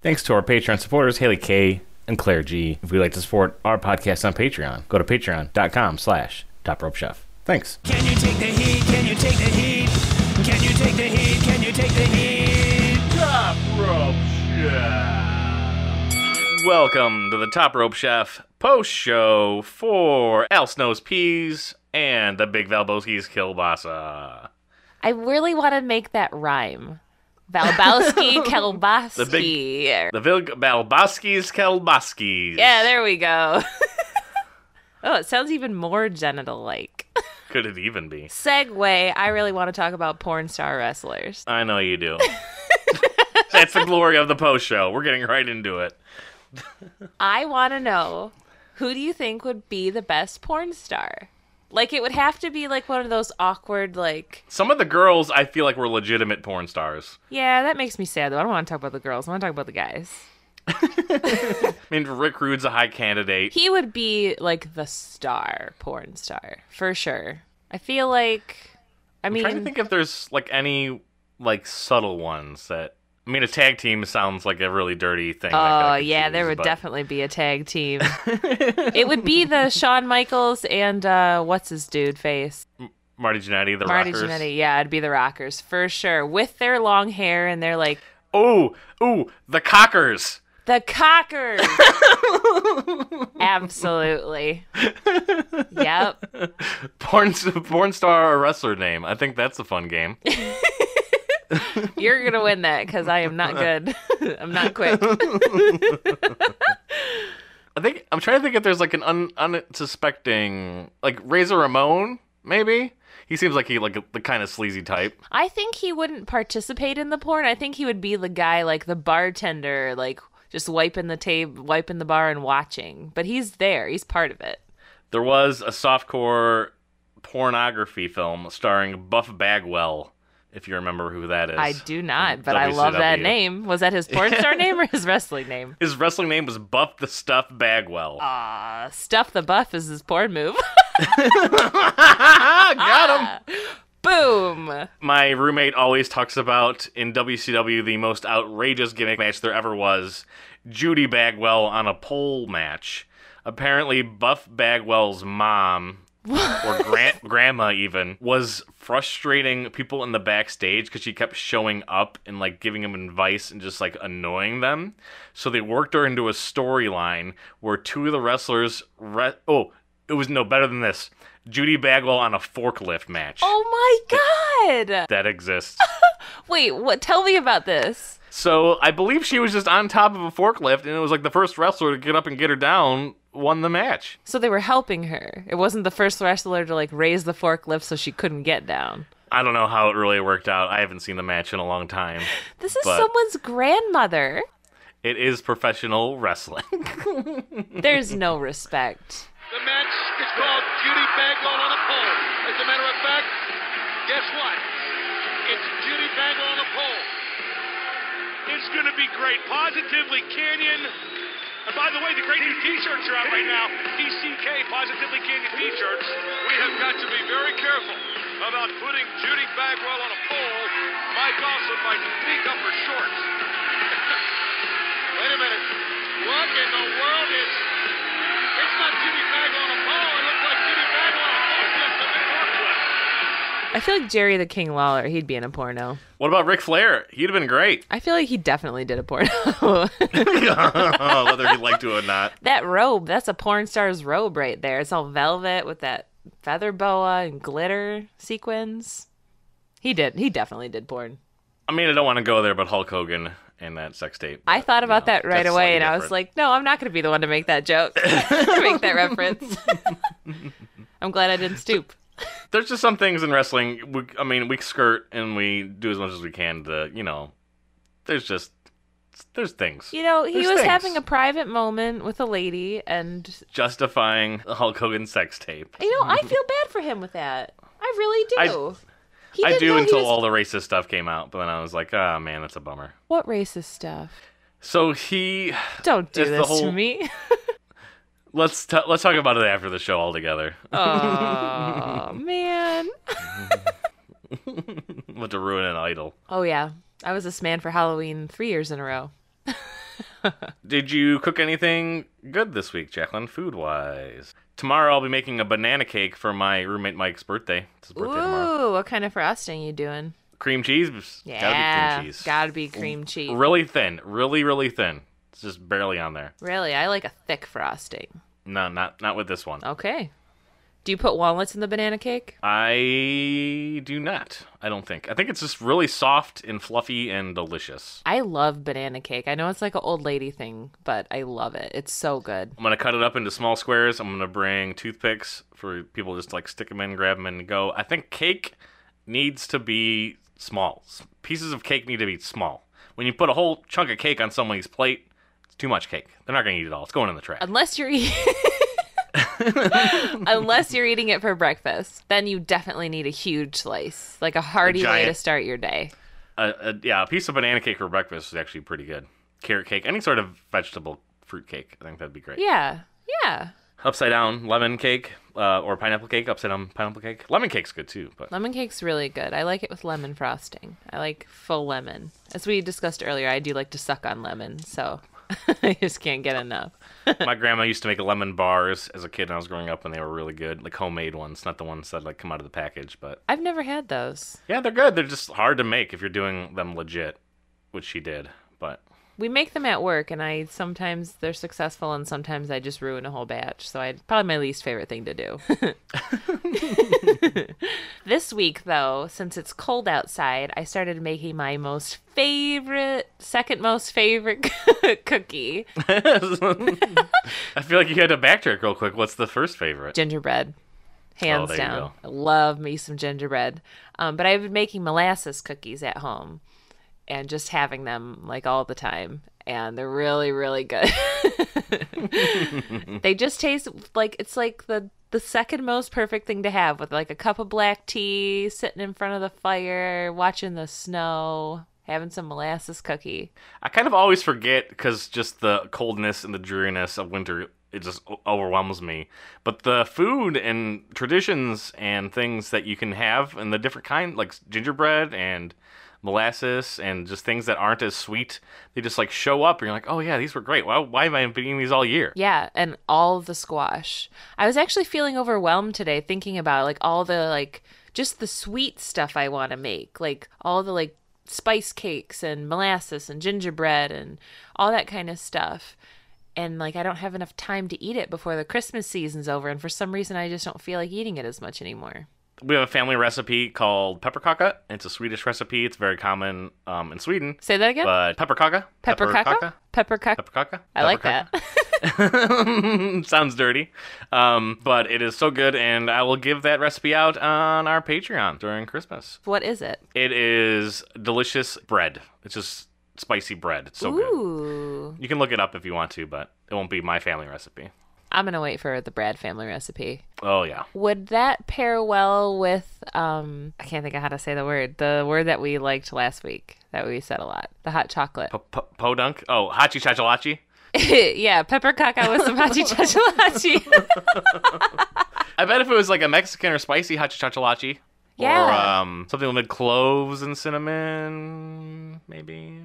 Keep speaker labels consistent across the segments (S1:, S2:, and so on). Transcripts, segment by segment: S1: Thanks to our Patreon supporters, Haley K. and Claire G. If you'd like to support our podcast on Patreon, go to patreon.com slash top rope chef. Thanks.
S2: Can you take the heat? Can you take the heat? Can you take the heat? Can you take the heat?
S1: Top Rope Chef. Welcome to the Top Rope Chef post show for Al Snow's Peas and the Big Valboski's Kielbasa.
S3: I really want to make that rhyme. Valbowski,
S1: The
S3: Kelbowski.
S1: big- The Big Valboski's Kielbaskis.
S3: Yeah, there we go. oh, it sounds even more genital like.
S1: Could it even be?
S3: Segue, I really want to talk about porn star wrestlers.
S1: I know you do. That's the glory of the post show. We're getting right into it.
S3: I want to know who do you think would be the best porn star? Like, it would have to be like one of those awkward, like,
S1: Some of the girls I feel like were legitimate porn stars.
S3: yeah, that makes me sad though. I don't want to talk about the girls. I want to talk about the guys.
S1: I mean, Rick Rude's a high candidate.
S3: He would be like the star porn star for sure. I feel like, I
S1: I'm
S3: mean,
S1: trying to think if there's like any like subtle ones that. I mean, a tag team sounds like a really dirty thing. that
S3: Oh
S1: I could
S3: yeah, there
S1: choose,
S3: would
S1: but
S3: definitely be a tag team. it would be the Shawn Michaels and uh, what's his dude face,
S1: Marty Jannetty, the
S3: Marty
S1: Rockers.
S3: Jannetty. Yeah, it'd be the Rockers for sure, with their long hair and they're like
S1: Oh, ooh, the Cockers.
S3: the Cockers. Absolutely. Yep.
S1: Porn, porn star or wrestler name. I think that's a fun game.
S3: You're gonna win that because I am not good. I'm not quick.
S1: I think I'm trying to think if there's like an un, unsuspecting like Razor Ramon, maybe. He seems like he like the kind of sleazy type.
S3: I think he wouldn't participate in the porn. I think he would be the guy, like the bartender, like just wiping the tape, wiping the bar, and watching. But he's there. He's part of it.
S1: There was a softcore pornography film starring Buff Bagwell, if you remember who that is.
S3: I do not,
S1: from
S3: but I love that
S1: WCW.
S3: name. Was that his porn star name or his wrestling name?
S1: His wrestling name was Buff the Stuff Bagwell.
S3: Uh, Stuff the Buff is his porn move.
S1: Got
S3: Ah.
S1: him.
S3: Boom.
S1: My roommate always talks about in WCW the most outrageous gimmick match there ever was Judy Bagwell on a pole match. Apparently, Buff Bagwell's mom, or gran- grandma even, was frustrating people in the backstage because she kept showing up and like giving them advice and just like annoying them. So they worked her into a storyline where two of the wrestlers. Re- oh, it was no better than this. Judy Bagwell on a forklift match
S3: Oh my God.
S1: that exists.
S3: Wait, what? Tell me about this.
S1: so I believe she was just on top of a forklift, and it was like the first wrestler to get up and get her down won the match.
S3: So they were helping her. It wasn't the first wrestler to like raise the forklift so she couldn't get down.
S1: I don't know how it really worked out. I haven't seen the match in a long time.
S3: This is
S1: But-
S3: someone's grandmother.
S1: It is professional wrestling.
S3: There's no respect.
S4: The match is called Judy Bagwell on the pole. As a matter of fact, guess what? It's Judy Bagwell on the pole. It's going to be great. Positively Canyon. And by the way, the great new t-shirts are out right now. PCK, Positively Canyon t-shirts. We have got to be very careful about putting Judy Bagwell on a pole. Mike Austin might speak up for shorts. Wait a minute. What in the world is... It's not Jimmy Bagwell on a pole. It looks like Jimmy Bagwell on a pole. Just a big forklift.
S3: I feel like Jerry the King Lawler, he'd be in a porno.
S1: what about Ric Flair? He'd have been great,
S3: I feel like he definitely did a porno.
S1: whether he'd like to or not.
S3: that robe, that's a porn star's robe right there. It's all velvet with that feather boa and glitter sequins. He did. He definitely did porn.
S1: I mean, I don't want to go there, but Hulk Hogan and that sex tape.
S3: I thought about
S1: know,
S3: that right
S1: that's
S3: away
S1: slightly
S3: and I was
S1: different.
S3: like, no, I'm not going to be the one to make that joke, to make that reference. I'm glad I didn't stoop.
S1: there's just some things in wrestling. We, I mean, we skirt and we do as much as we can to, you know, there's just there's things.
S3: You know, he
S1: There's
S3: was
S1: things.
S3: having a private moment with a lady and
S1: justifying the Hulk Hogan sex tape.
S3: You know, I feel bad for him with that. I really
S1: I-
S3: do. he
S1: I
S3: didn't
S1: do
S3: know he
S1: until
S3: was-
S1: all the racist stuff came out, but then I was like, oh man, that's a bummer.
S3: What racist stuff?
S1: So he
S3: Don't do
S1: It's the
S3: this
S1: whole-
S3: to me.
S1: let's t- let's talk about it after the show altogether.
S3: oh man.
S1: But to ruin an idol.
S3: Oh yeah, I was this man for Halloween three years in a row.
S1: Did you cook anything good this week, Jacqueline, food wise? Tomorrow I'll be making a banana cake for my roommate Mike's birthday. It's his birthday tomorrow.
S3: Ooh, what kind of frosting you doing?
S1: Cream cheese?
S3: Yeah,
S1: Gotta be cream cheese.
S3: gotta be cream cheese.
S1: Really thin. Really, really thin. It's just barely on there.
S3: Really, I like a thick frosting.
S1: No, not not with this one.
S3: Okay. Do you put walnuts in the banana cake?
S1: I do not. I don't think. I think it's just really soft and fluffy and delicious.
S3: I love banana cake. I know it's like an old lady thing, but I love it. It's so good.
S1: I'm gonna cut it up into small squares. I'm gonna bring toothpicks for people just like stick them in, grab them, and go. I think cake needs to be small. S- Pieces of cake need to be small. When you put a whole chunk of cake on somebody's plate, it's too much cake. They're not gonna eat it all. It's going in the trash.
S3: Unless you're eating Unless you're eating it for breakfast, then you definitely need a huge slice, like a hearty way to
S1: giant-
S3: start your day.
S1: Uh, uh, yeah, a piece of banana cake for breakfast is actually pretty good. Carrot cake, any sort of vegetable fruit cake, I think that'd be great.
S3: Yeah. Yeah.
S1: Upside down lemon cake uh, or pineapple cake. Upside down pineapple cake. Lemon cake's good too, but
S3: Lemon cake's really good. I like it with lemon frosting. I like full lemon. As we discussed earlier, I do like to suck on lemon, so I just can't get enough.
S1: My grandma used to make lemon bars as a kid when I was growing up, and they were really good, like homemade ones, not the ones that like come out of the package. But
S3: I've never had those.
S1: yeah, they're good. They're just hard to make if you're doing them legit, which she did. But
S3: We make them at work, and I sometimes they're successful, and sometimes I just ruin a whole batch. So I probably my least favorite thing to do. this week, though, since it's cold outside, I started making my most favorite, second most favorite cookie,
S1: I feel like you had to backtrack real quick. What's the first favorite?
S3: gingerbread. Hands
S1: Oh, there you
S3: down,
S1: go.
S3: I love me some gingerbread. Um, but I've been making molasses cookies at home, and just having them like all the time, and they're really, really good. they just taste like it's like the the second most perfect thing to have with like a cup of black tea, sitting in front of the fire, watching the snow, having some molasses cookie.
S1: I kind of always forget because just the coldness and the dreariness of winter. It just o- overwhelms me. But the food and traditions and things that you can have and the different kind, like gingerbread and molasses and just things that aren't as sweet, they just like show up and you're like, oh yeah, these were great. Why, why am I eating these all year?
S3: Yeah, and all the squash. I was actually feeling overwhelmed today thinking about like all the like just the sweet stuff I want to make, like all the like spice cakes and molasses and gingerbread and all that kind of stuff. And like I don't have enough time to eat it before the Christmas season's over and for some reason I just don't feel like eating it as much anymore.
S1: We have a family recipe called pepperkaka. It's a Swedish recipe. It's very common um, in Sweden.
S3: Say that again?
S1: But pepperkaka.
S3: Pepperkaka? Pepperkaka.
S1: Pepperkaka.
S3: I like
S1: Pepperkaka.
S3: that.
S1: Sounds dirty, um, but it is so good, and I will give that recipe out on our Patreon during Christmas.
S3: what is it?
S1: It is delicious bread. It's just spicy bread. It's so good.
S3: Ooh.
S1: You can look it up if you want to, but it won't be my family recipe.
S3: I'm going to wait for the Brad family recipe.
S1: Oh yeah,
S3: Would that pair well with um I can't think of how to say the word. The word that we liked last week that we said a lot. The hot chocolate.
S1: P- p- podunk. Oh, hachi chachalachi.
S3: yeah, pepper caca with some hachi chachalachi.
S1: I bet if it was like a Mexican or spicy hachi chachalachi, or
S3: Yeah.
S1: um, something with cloves and cinnamon, maybe.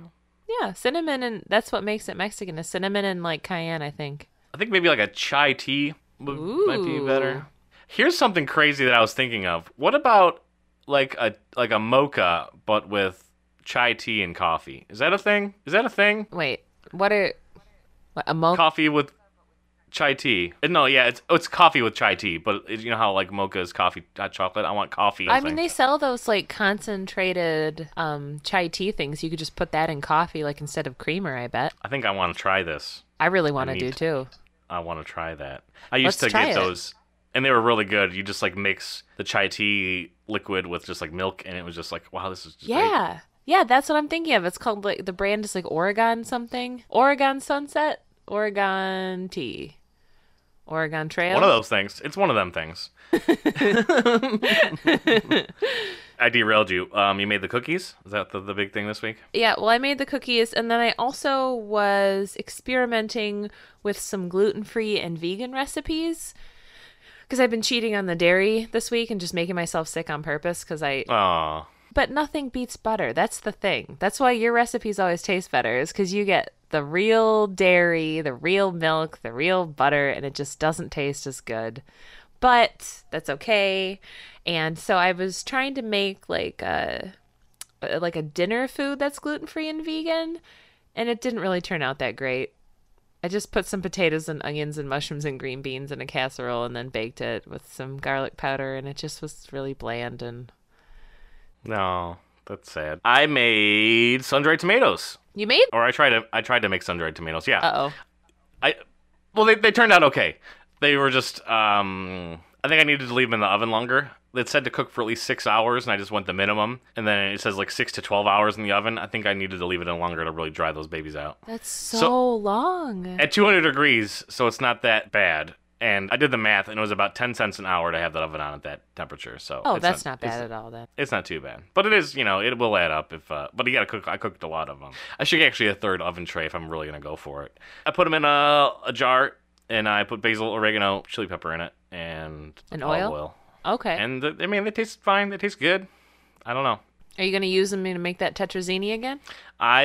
S3: yeah, cinnamon and that's what makes it Mexican is cinnamon and like cayenne, I think.
S1: I think maybe like a chai tea would, might be
S3: Ooh.
S1: better. Here's something crazy that I was thinking of. What about like a like a mocha but with chai tea and coffee? Is that a thing? Is that a thing?
S3: Wait, what are what, a mocha?
S1: Coffee with chai tea. Uh, No, yeah, it's oh, it's coffee with chai tea, but it, you know how like mocha is coffee hot chocolate. I want coffee.
S3: I mean, they sell those like concentrated um, chai tea things. You could just put that in coffee, like instead of creamer. I bet.
S1: I think I want to try this.
S3: I really want to do
S1: need-
S3: too.
S1: I want to try that. I used
S3: Let's
S1: to
S3: try
S1: get
S3: it.
S1: those, and they were really good. You just like mix the chai tea liquid with just like milk, and it was just like, wow, this is just great.
S3: Yeah. Yeah, that's what I'm thinking of. It's called like the brand is like Oregon something. Oregon Sunset, Oregon Tea, Oregon Trail.
S1: One of those things. It's one of them things. I derailed you. Um, you made the cookies. Is that the, the big thing this week?
S3: Yeah, well, I made the cookies and then I also was experimenting with some gluten-free and vegan recipes because I've been cheating on the dairy this week and just making myself sick on purpose because I
S1: Oh,
S3: But nothing beats butter. That's the thing. That's why your recipes always taste better, is because you get the real dairy, the real milk, the real butter, and it just doesn't taste as good. But that's okay. And so I was trying to make like a uh, like a dinner food that's gluten free and vegan, and it didn't really turn out that great. I just put some potatoes and onions and mushrooms and green beans in a casserole and then baked it with some garlic powder, and it just was really bland and
S1: No, that's sad. I made sun-dried tomatoes,
S3: You made?
S1: or I tried to. I tried to make sun-dried tomatoes. Yeah.
S3: Uh oh.
S1: I well, they they turned out okay. They were just. Um, I think I needed to leave them in the oven longer. It said to cook for at least six hours, and I just went the minimum. And then it says like six to twelve hours in the oven. I think I needed to leave it in longer to really dry those babies out.
S3: That's so,
S1: So-
S3: long.
S1: At 200 degrees, so it's not that bad. And I did the math, and it was about 10 cents an hour to have that oven on at that temperature. So
S3: Oh,
S1: it's
S3: that's not, bad
S1: It's,
S3: at all then.
S1: it's not too bad, but it is. You know, it will add up if. Uh, but you gotta cook. I cooked a lot of them. I should get actually a third oven tray if I'm really gonna go for it. I put them in a, a jar, and I put basil, oregano, chili pepper in it, and
S3: And
S1: olive
S3: oil? Okay.
S1: And the, I mean, they taste fine. They taste good. I don't know.
S3: Are you going to use them to make that tetrazzini again?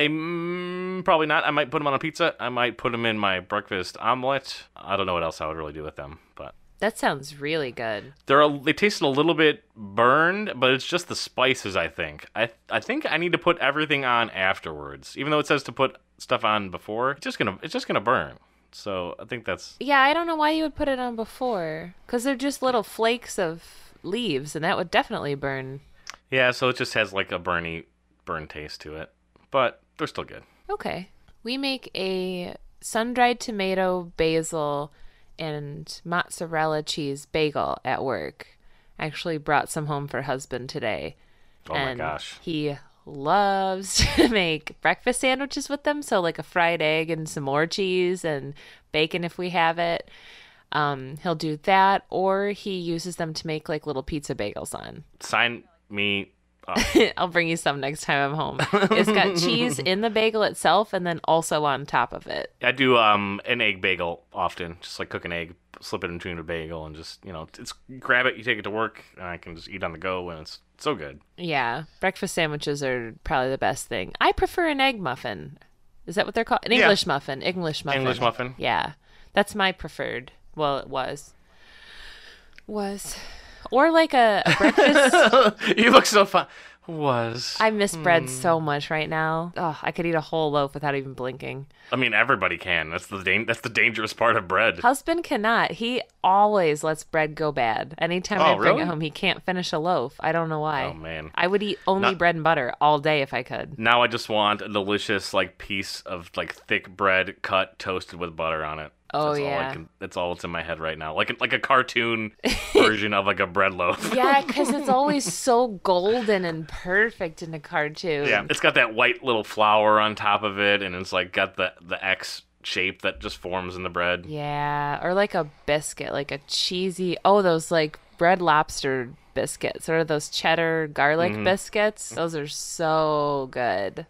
S1: I'm probably not. I might put them on a pizza. I might put them in my breakfast omelet. I don't know what else I would really do with them, but
S3: That sounds really good.
S1: they're a, they tasted a little bit burned, but it's just the spices. I think. I I think I need to put everything on afterwards, even though it says to put stuff on before. It's just gonna it's just gonna burn. So I think that's
S3: Yeah, I don't know why you would put it on before cuz they're just little flakes of leaves and that would definitely burn.
S1: yeah. So it just has like a burny burn taste to it, but they're still good.
S3: Okay. We make a sun-dried tomato, basil, and mozzarella cheese bagel at work. I actually brought some home for husband today.
S1: Oh
S3: and
S1: my gosh.
S3: He loves to make breakfast sandwiches with them. So, like a fried egg and some more cheese and bacon if we have it. Um, he'll do that, or he uses them to make like little pizza bagels on.
S1: Sign me. Up.
S3: I'll bring you some next time I'm home. It's got cheese in the bagel itself and then also on top of it.
S1: I do um an egg bagel often, just like cook an egg, slip it into a bagel, and just you know, it's grab it, you take it to work, and I can just eat on the go, and it's so good.
S3: Yeah, breakfast sandwiches are probably the best thing. I prefer an egg muffin. Is that what they're called? An
S1: Yeah.
S3: English muffin. English muffin.
S1: English muffin.
S3: Yeah, that's my preferred. Well, it was. Was. Or like a, a breakfast.
S1: you look so fun. Was I,
S3: I miss
S1: Hmm.
S3: bread so much right now. Oh, I could eat a whole loaf without even blinking.
S1: mean everybody can. That's the dan- that's the dangerous part of bread.
S3: Husband cannot. He always lets bread go bad. Anytime I
S1: Oh,
S3: bring
S1: really?
S3: it home, he can't finish a loaf. I don't know why.
S1: Oh, man.
S3: I would eat only
S1: Not-
S3: bread and butter all day if I could.
S1: Now I just want a delicious like piece of like thick bread cut toasted with butter on it.
S3: Oh,
S1: that's All
S3: yeah.
S1: I can, that's all that's in my head right now. Like like a cartoon version of like a bread loaf.
S3: Yeah, because it's always so golden and perfect in a cartoon.
S1: Yeah, it's got that white little flour on top of it, and it's like got the the X shape that just forms in the bread.
S3: Yeah, or like a biscuit, like a cheesy. Oh, those like bread lobster biscuits, or those cheddar garlic
S1: Mm-hmm.
S3: biscuits. Those are so good.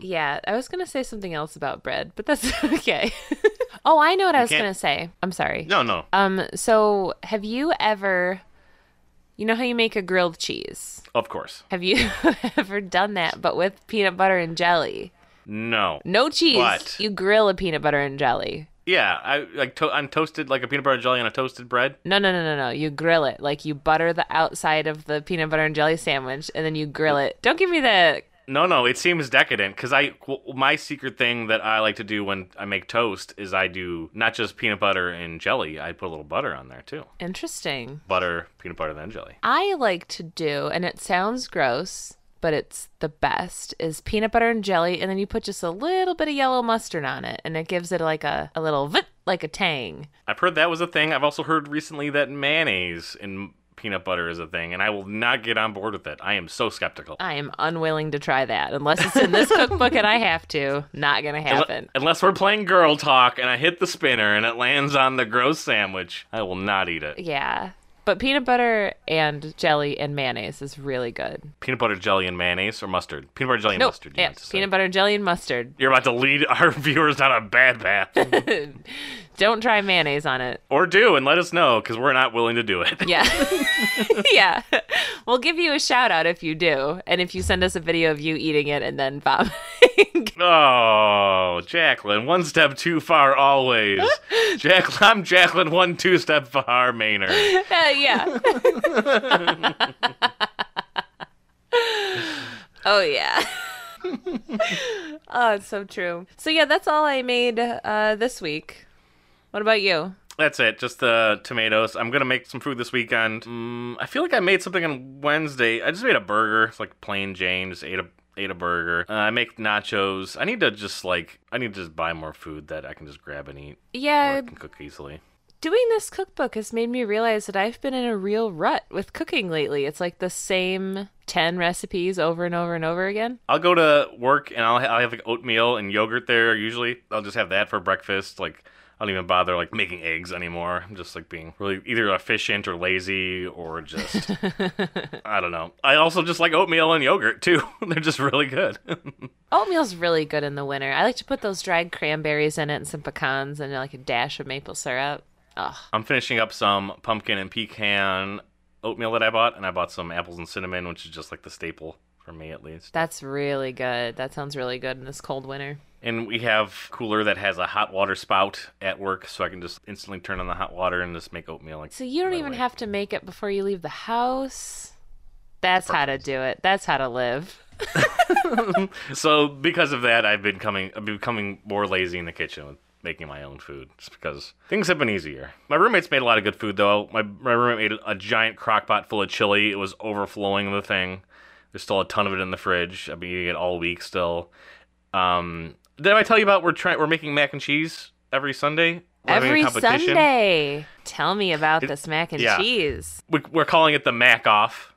S3: yeah, I was gonna say something else about bread, but that's okay. oh, I know what I was
S1: can't-
S3: gonna say. I'm sorry.
S1: No, no.
S3: Um, so have you ever, you know how you make a grilled cheese?
S1: of course.
S3: Have you ever done that, but with peanut butter and jelly?
S1: No.
S3: No cheese.
S1: What?
S3: You grill a peanut butter and jelly.
S1: Yeah, I like to- I'm toasted like a peanut butter and jelly on a toasted bread.
S3: No, no, no, no, no. You grill it. Like you butter the outside of the peanut butter and jelly sandwich and then you grill it. Don't give me the
S1: No, no, it seems decadent because I w- my secret thing that I like to do when I make toast is I do not just peanut butter and jelly. I put a little butter on there too.
S3: interesting.
S1: Butter, peanut butter, then jelly.
S3: I like to do, and it sounds gross, but it's the best, is peanut butter and jelly, and then you put just a little bit of yellow mustard on it, and it gives it like a, a little vit, like a tang.
S1: I've heard that was a thing. I've also heard recently that mayonnaise and peanut butter is a thing, and I will not get on board with it. I am so skeptical.
S3: I am unwilling to try that unless it's in this cookbook and I have to. Not gonna
S1: Unle-
S3: happen.
S1: Unless we're playing girl talk and I hit the spinner and it lands on the gross sandwich, I will not eat it.
S3: Yeah. But peanut butter and jelly and mayonnaise is really good.
S1: Peanut butter jelly and mayonnaise or mustard? Peanut butter jelly and
S3: No,
S1: mustard. you
S3: yeah,
S1: meant to say.
S3: peanut butter, jelly, and mustard.
S1: You're about to lead our viewers down a bad path.
S3: Don't try mayonnaise on it.
S1: or do, and let us know, because we're not willing to do it.
S3: Yeah. yeah. We'll give you a shout out if you do. And if you send us a video of you eating it and then vomiting.
S1: Oh, Jacqueline, one step too far always. Jacqueline, I'm Jacqueline, one two step far, Maynard.
S3: Uh, yeah. oh yeah. oh, it's so true. So yeah, that's all I made uh, this week. What about you?
S1: That's it. Just the tomatoes. I'm gonna make some food this weekend. Mm, I feel like I made something on Wednesday. I just made a burger. It's like plain Jane. Just ate a ate a burger. Uh, I make nachos. I need to just like I need to just buy more food that I can just grab and eat. Or I
S3: Yeah,
S1: can cook easily.
S3: doing this cookbook has made me realize that I've been in a real rut with cooking lately. It's like the same 10 recipes over and over and over again.
S1: I'll go to work and I'll, ha- I'll have like oatmeal and yogurt there. Usually, I'll just have that for breakfast. Like, I don't even bother like making eggs anymore. I'm just like being really either efficient or lazy or just I don't know. I also just like oatmeal and yogurt too. They're just really good.
S3: Oatmeal's really good in the winter. I like to put those dried cranberries in it and some pecans and like a dash of maple syrup. Ugh.
S1: I'm finishing up some pumpkin and pecan oatmeal that I bought, and I bought some apples and cinnamon, which is just like the staple for me at least.
S3: That's really good. That sounds really good in this cold winter.
S1: And we have cooler that has a hot water spout at work, so I can just instantly turn on the hot water and just make oatmeal. Like
S3: So you don't
S1: right
S3: even
S1: away.
S3: have to make it before you leave the house. That's how to do it. That's how to live.
S1: So because of that, I've been coming, I've been becoming more lazy in the kitchen with making my own food, just because things have been easier. My roommate's made a lot of good food though. My my roommate made a giant crock pot full of chili. It was overflowing the thing. There's still a ton of it in the fridge. I've been eating it all week still. Um, did I tell you about we're trying we're making mac and cheese every Sunday? We're having a
S3: Every
S1: competition.
S3: Sunday. Tell me about this mac and
S1: yeah.
S3: cheese.
S1: We, we're calling it the Mac Off.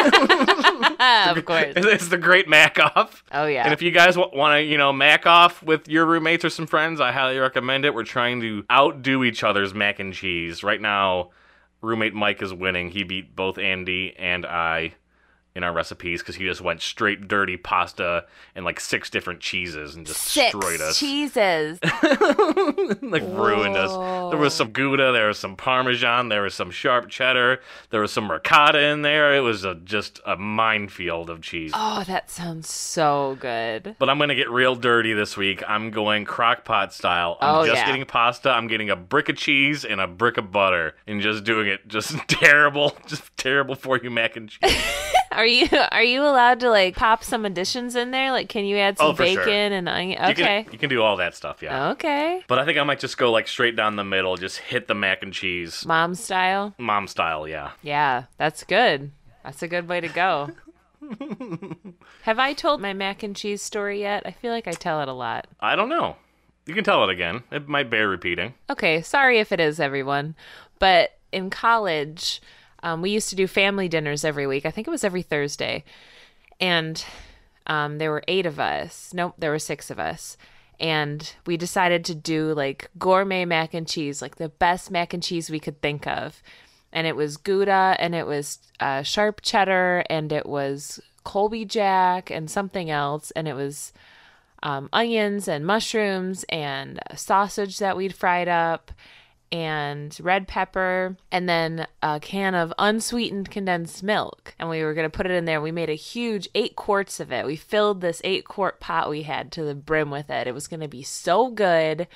S3: Ah, of course.
S1: It's the Great Mac Off.
S3: Oh yeah.
S1: And if you guys want to, you know, mac off with your roommates or some friends, I highly recommend it. We're trying to outdo each other's mac and cheese. Right now, roommate Mike is winning. He beat both Andy and I in our recipes because he just went straight dirty pasta and like six different cheeses and just destroyed us.
S3: cheeses.
S1: like ruined us. There was some Gouda, there was some Parmesan, there was some sharp cheddar, there was some ricotta in there. It was a, just a minefield of cheese.
S3: oh, that sounds so good.
S1: But I'm gonna get real dirty this week. I'm going crock pot style. I'm
S3: Oh,
S1: just
S3: yeah.
S1: getting pasta. I'm getting a brick of cheese and a brick of butter, and just doing it just terrible, just terrible for you mac and cheese.
S3: Are you are you allowed to like pop some additions in there? Like can you add some
S1: Oh, for
S3: bacon
S1: sure.
S3: and onion?
S1: You
S3: Okay. Oh.
S1: can you can do all that stuff, yeah.
S3: Okay.
S1: But I think I might just go like straight down the middle, just hit the mac and cheese,
S3: Mom style.
S1: mom style, yeah.
S3: Yeah, that's good. That's a good way to go. Have I told my mac and cheese story yet? I feel like I tell it a lot.
S1: I don't know. You can tell it again. It might bear repeating.
S3: Okay, sorry if it is everyone, but in college, um, we used to do family dinners every week. I think it was every Thursday, and um, there were eight of us. Nope, there were six of us, and we decided to do like gourmet mac and cheese, like the best mac and cheese we could think of, and it was Gouda, and it was uh, sharp cheddar, and it was Colby Jack, and something else, and it was um, onions and mushrooms and sausage that we'd fried up and red pepper and then a can of unsweetened condensed milk and we were going to put it in there we made a huge eight quarts of it we filled this eight quart pot we had to the brim with it it was going to be so good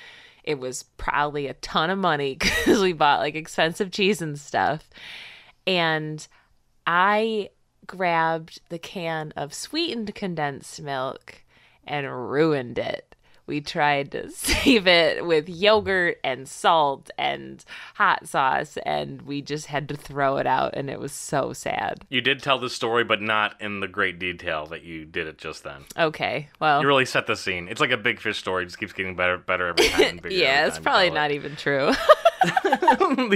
S3: it was probably a ton of money because we bought like expensive cheese and stuff and I grabbed the can of sweetened condensed milk and ruined it. We tried to save it with yogurt and salt and hot sauce, and we just had to throw it out, and it was so sad.
S1: You did tell the story, but not in the great detail that you did it just then.
S3: Okay, well,
S1: You really set the scene. It's like a big fish story; it just keeps getting better, better every time. and bigger
S3: yeah,
S1: every
S3: it's
S1: time you
S3: probably
S1: tell it.
S3: not even true.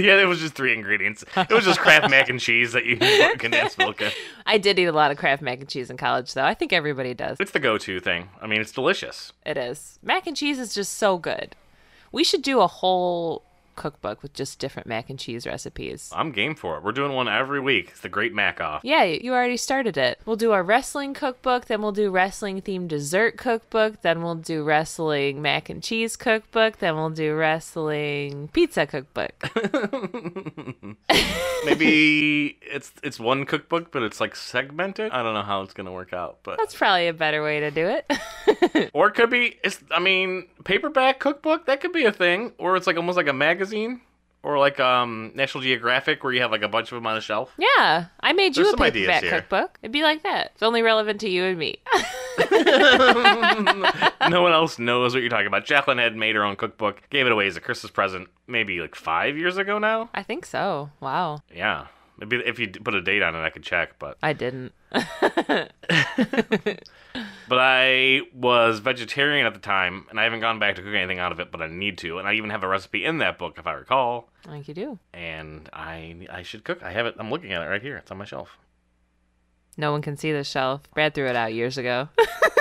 S1: yeah, it was just three ingredients. It was just Kraft mac and cheese that you put condensed milk in.
S3: I did eat a lot of Kraft mac and cheese in college, though. I think everybody does.
S1: It's the go-to thing. I mean, it's delicious.
S3: It is. Mac and cheese is just so good. We should do a whole cookbook with just different mac and cheese recipes.
S1: I'm game for it. We're doing one every week. It's the Great Mac Off.
S3: Yeah, you already started it. We'll do our wrestling cookbook, then we'll do wrestling themed dessert cookbook, then we'll do wrestling mac and cheese cookbook, then we'll do wrestling pizza cookbook.
S1: Maybe it's it's one cookbook, but it's like segmented. I don't know how it's gonna work out, but
S3: That's probably a better way to do it.
S1: or it could be. It's I mean paperback cookbook that could be a thing, or it's like almost like a magazine, or like um National Geographic where you have like a bunch of them on a shelf.
S3: yeah, I made
S1: There's
S3: you a
S1: some ideas
S3: paperback
S1: here.
S3: cookbook. It'd be like that. It's only relevant to you and me.
S1: no one else knows what you're talking about. Jacqueline had made her own cookbook, gave it away as a Christmas present, maybe like five years ago now.
S3: I think so. Wow.
S1: Yeah, maybe if you d- put a date on it, I could check. But
S3: I didn't.
S1: but I was vegetarian at the time, and I haven't gone back to cook anything out of it, but I need to, and I even have a recipe in that book if I recall.
S3: I think you do.
S1: And I I should cook. I have it. I'm looking at it right here. It's on my shelf.
S3: No one can see the shelf. Brad threw it out years ago.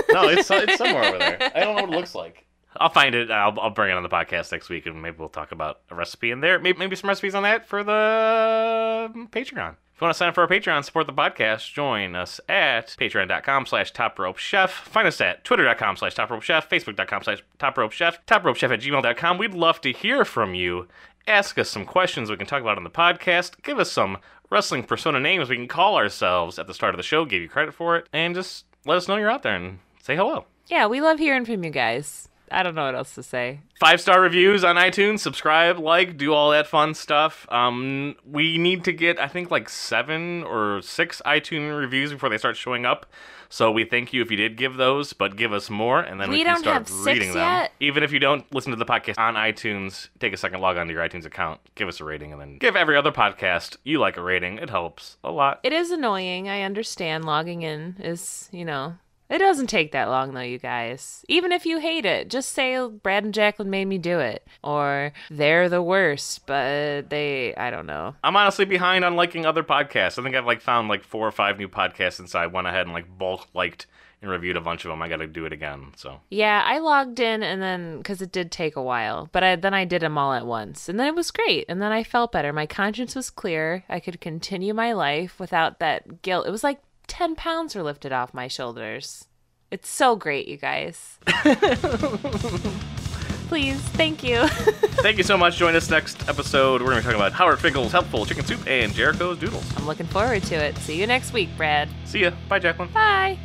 S1: No, it's it's somewhere over there. I don't know what it looks like. I'll find it. I'll, I'll bring it on the podcast next week, and maybe we'll talk about a recipe in there. Maybe, maybe some recipes on that for the um, Patreon. If you want to sign up for our Patreon, support the podcast, join us at patreon.com slash top rope chef. Find us at twitter.com slash top rope chef, facebook.com slash top rope chef, top rope chef at gmail.com. We'd love to hear from you. Ask us some questions we can talk about on the podcast. Give us some wrestling persona names we can call ourselves at the start of the show, give you credit for it, and just let us know you're out there and say hello.
S3: yeah, we love hearing from you guys. I don't know what else to say.
S1: five star reviews on iTunes, subscribe, like, do all that fun stuff. Um, we need to get, I think, like seven or six iTunes reviews before they start showing up. So we thank you if you did give those, but give us more, and then we,
S3: We
S1: can
S3: don't
S1: start
S3: have six
S1: reading them.
S3: yet.
S1: Even if you don't listen to the podcast on iTunes, take a second, log on to your iTunes account, give us a rating, and then give every other podcast you like a rating. It helps a lot.
S3: It is annoying. I understand logging in is, you know, it doesn't take that long though, you guys. Even if you hate it, just say Brad and Jacqueline made me do it, or they're the worst, but they, I don't know.
S1: I'm honestly behind on liking other podcasts. I think I've like found like four or five new podcasts since I went ahead and like bulk liked and reviewed a bunch of them. I got to do it again. So
S3: Yeah, I logged in and then because it did take a while, but I, then I did them all at once, and then it was great, and then I felt better. My conscience was clear. I could continue my life without that guilt. It was like ten pounds were lifted off my shoulders. It's so great, you guys. Please, thank you.
S1: thank you so much. Join us next episode. We're going to be talking about Howard Finkel's helpful chicken soup and Jericho's doodles.
S3: I'm looking forward to it. See you next week, Brad.
S1: See ya. Bye, Jacqueline.
S3: Bye.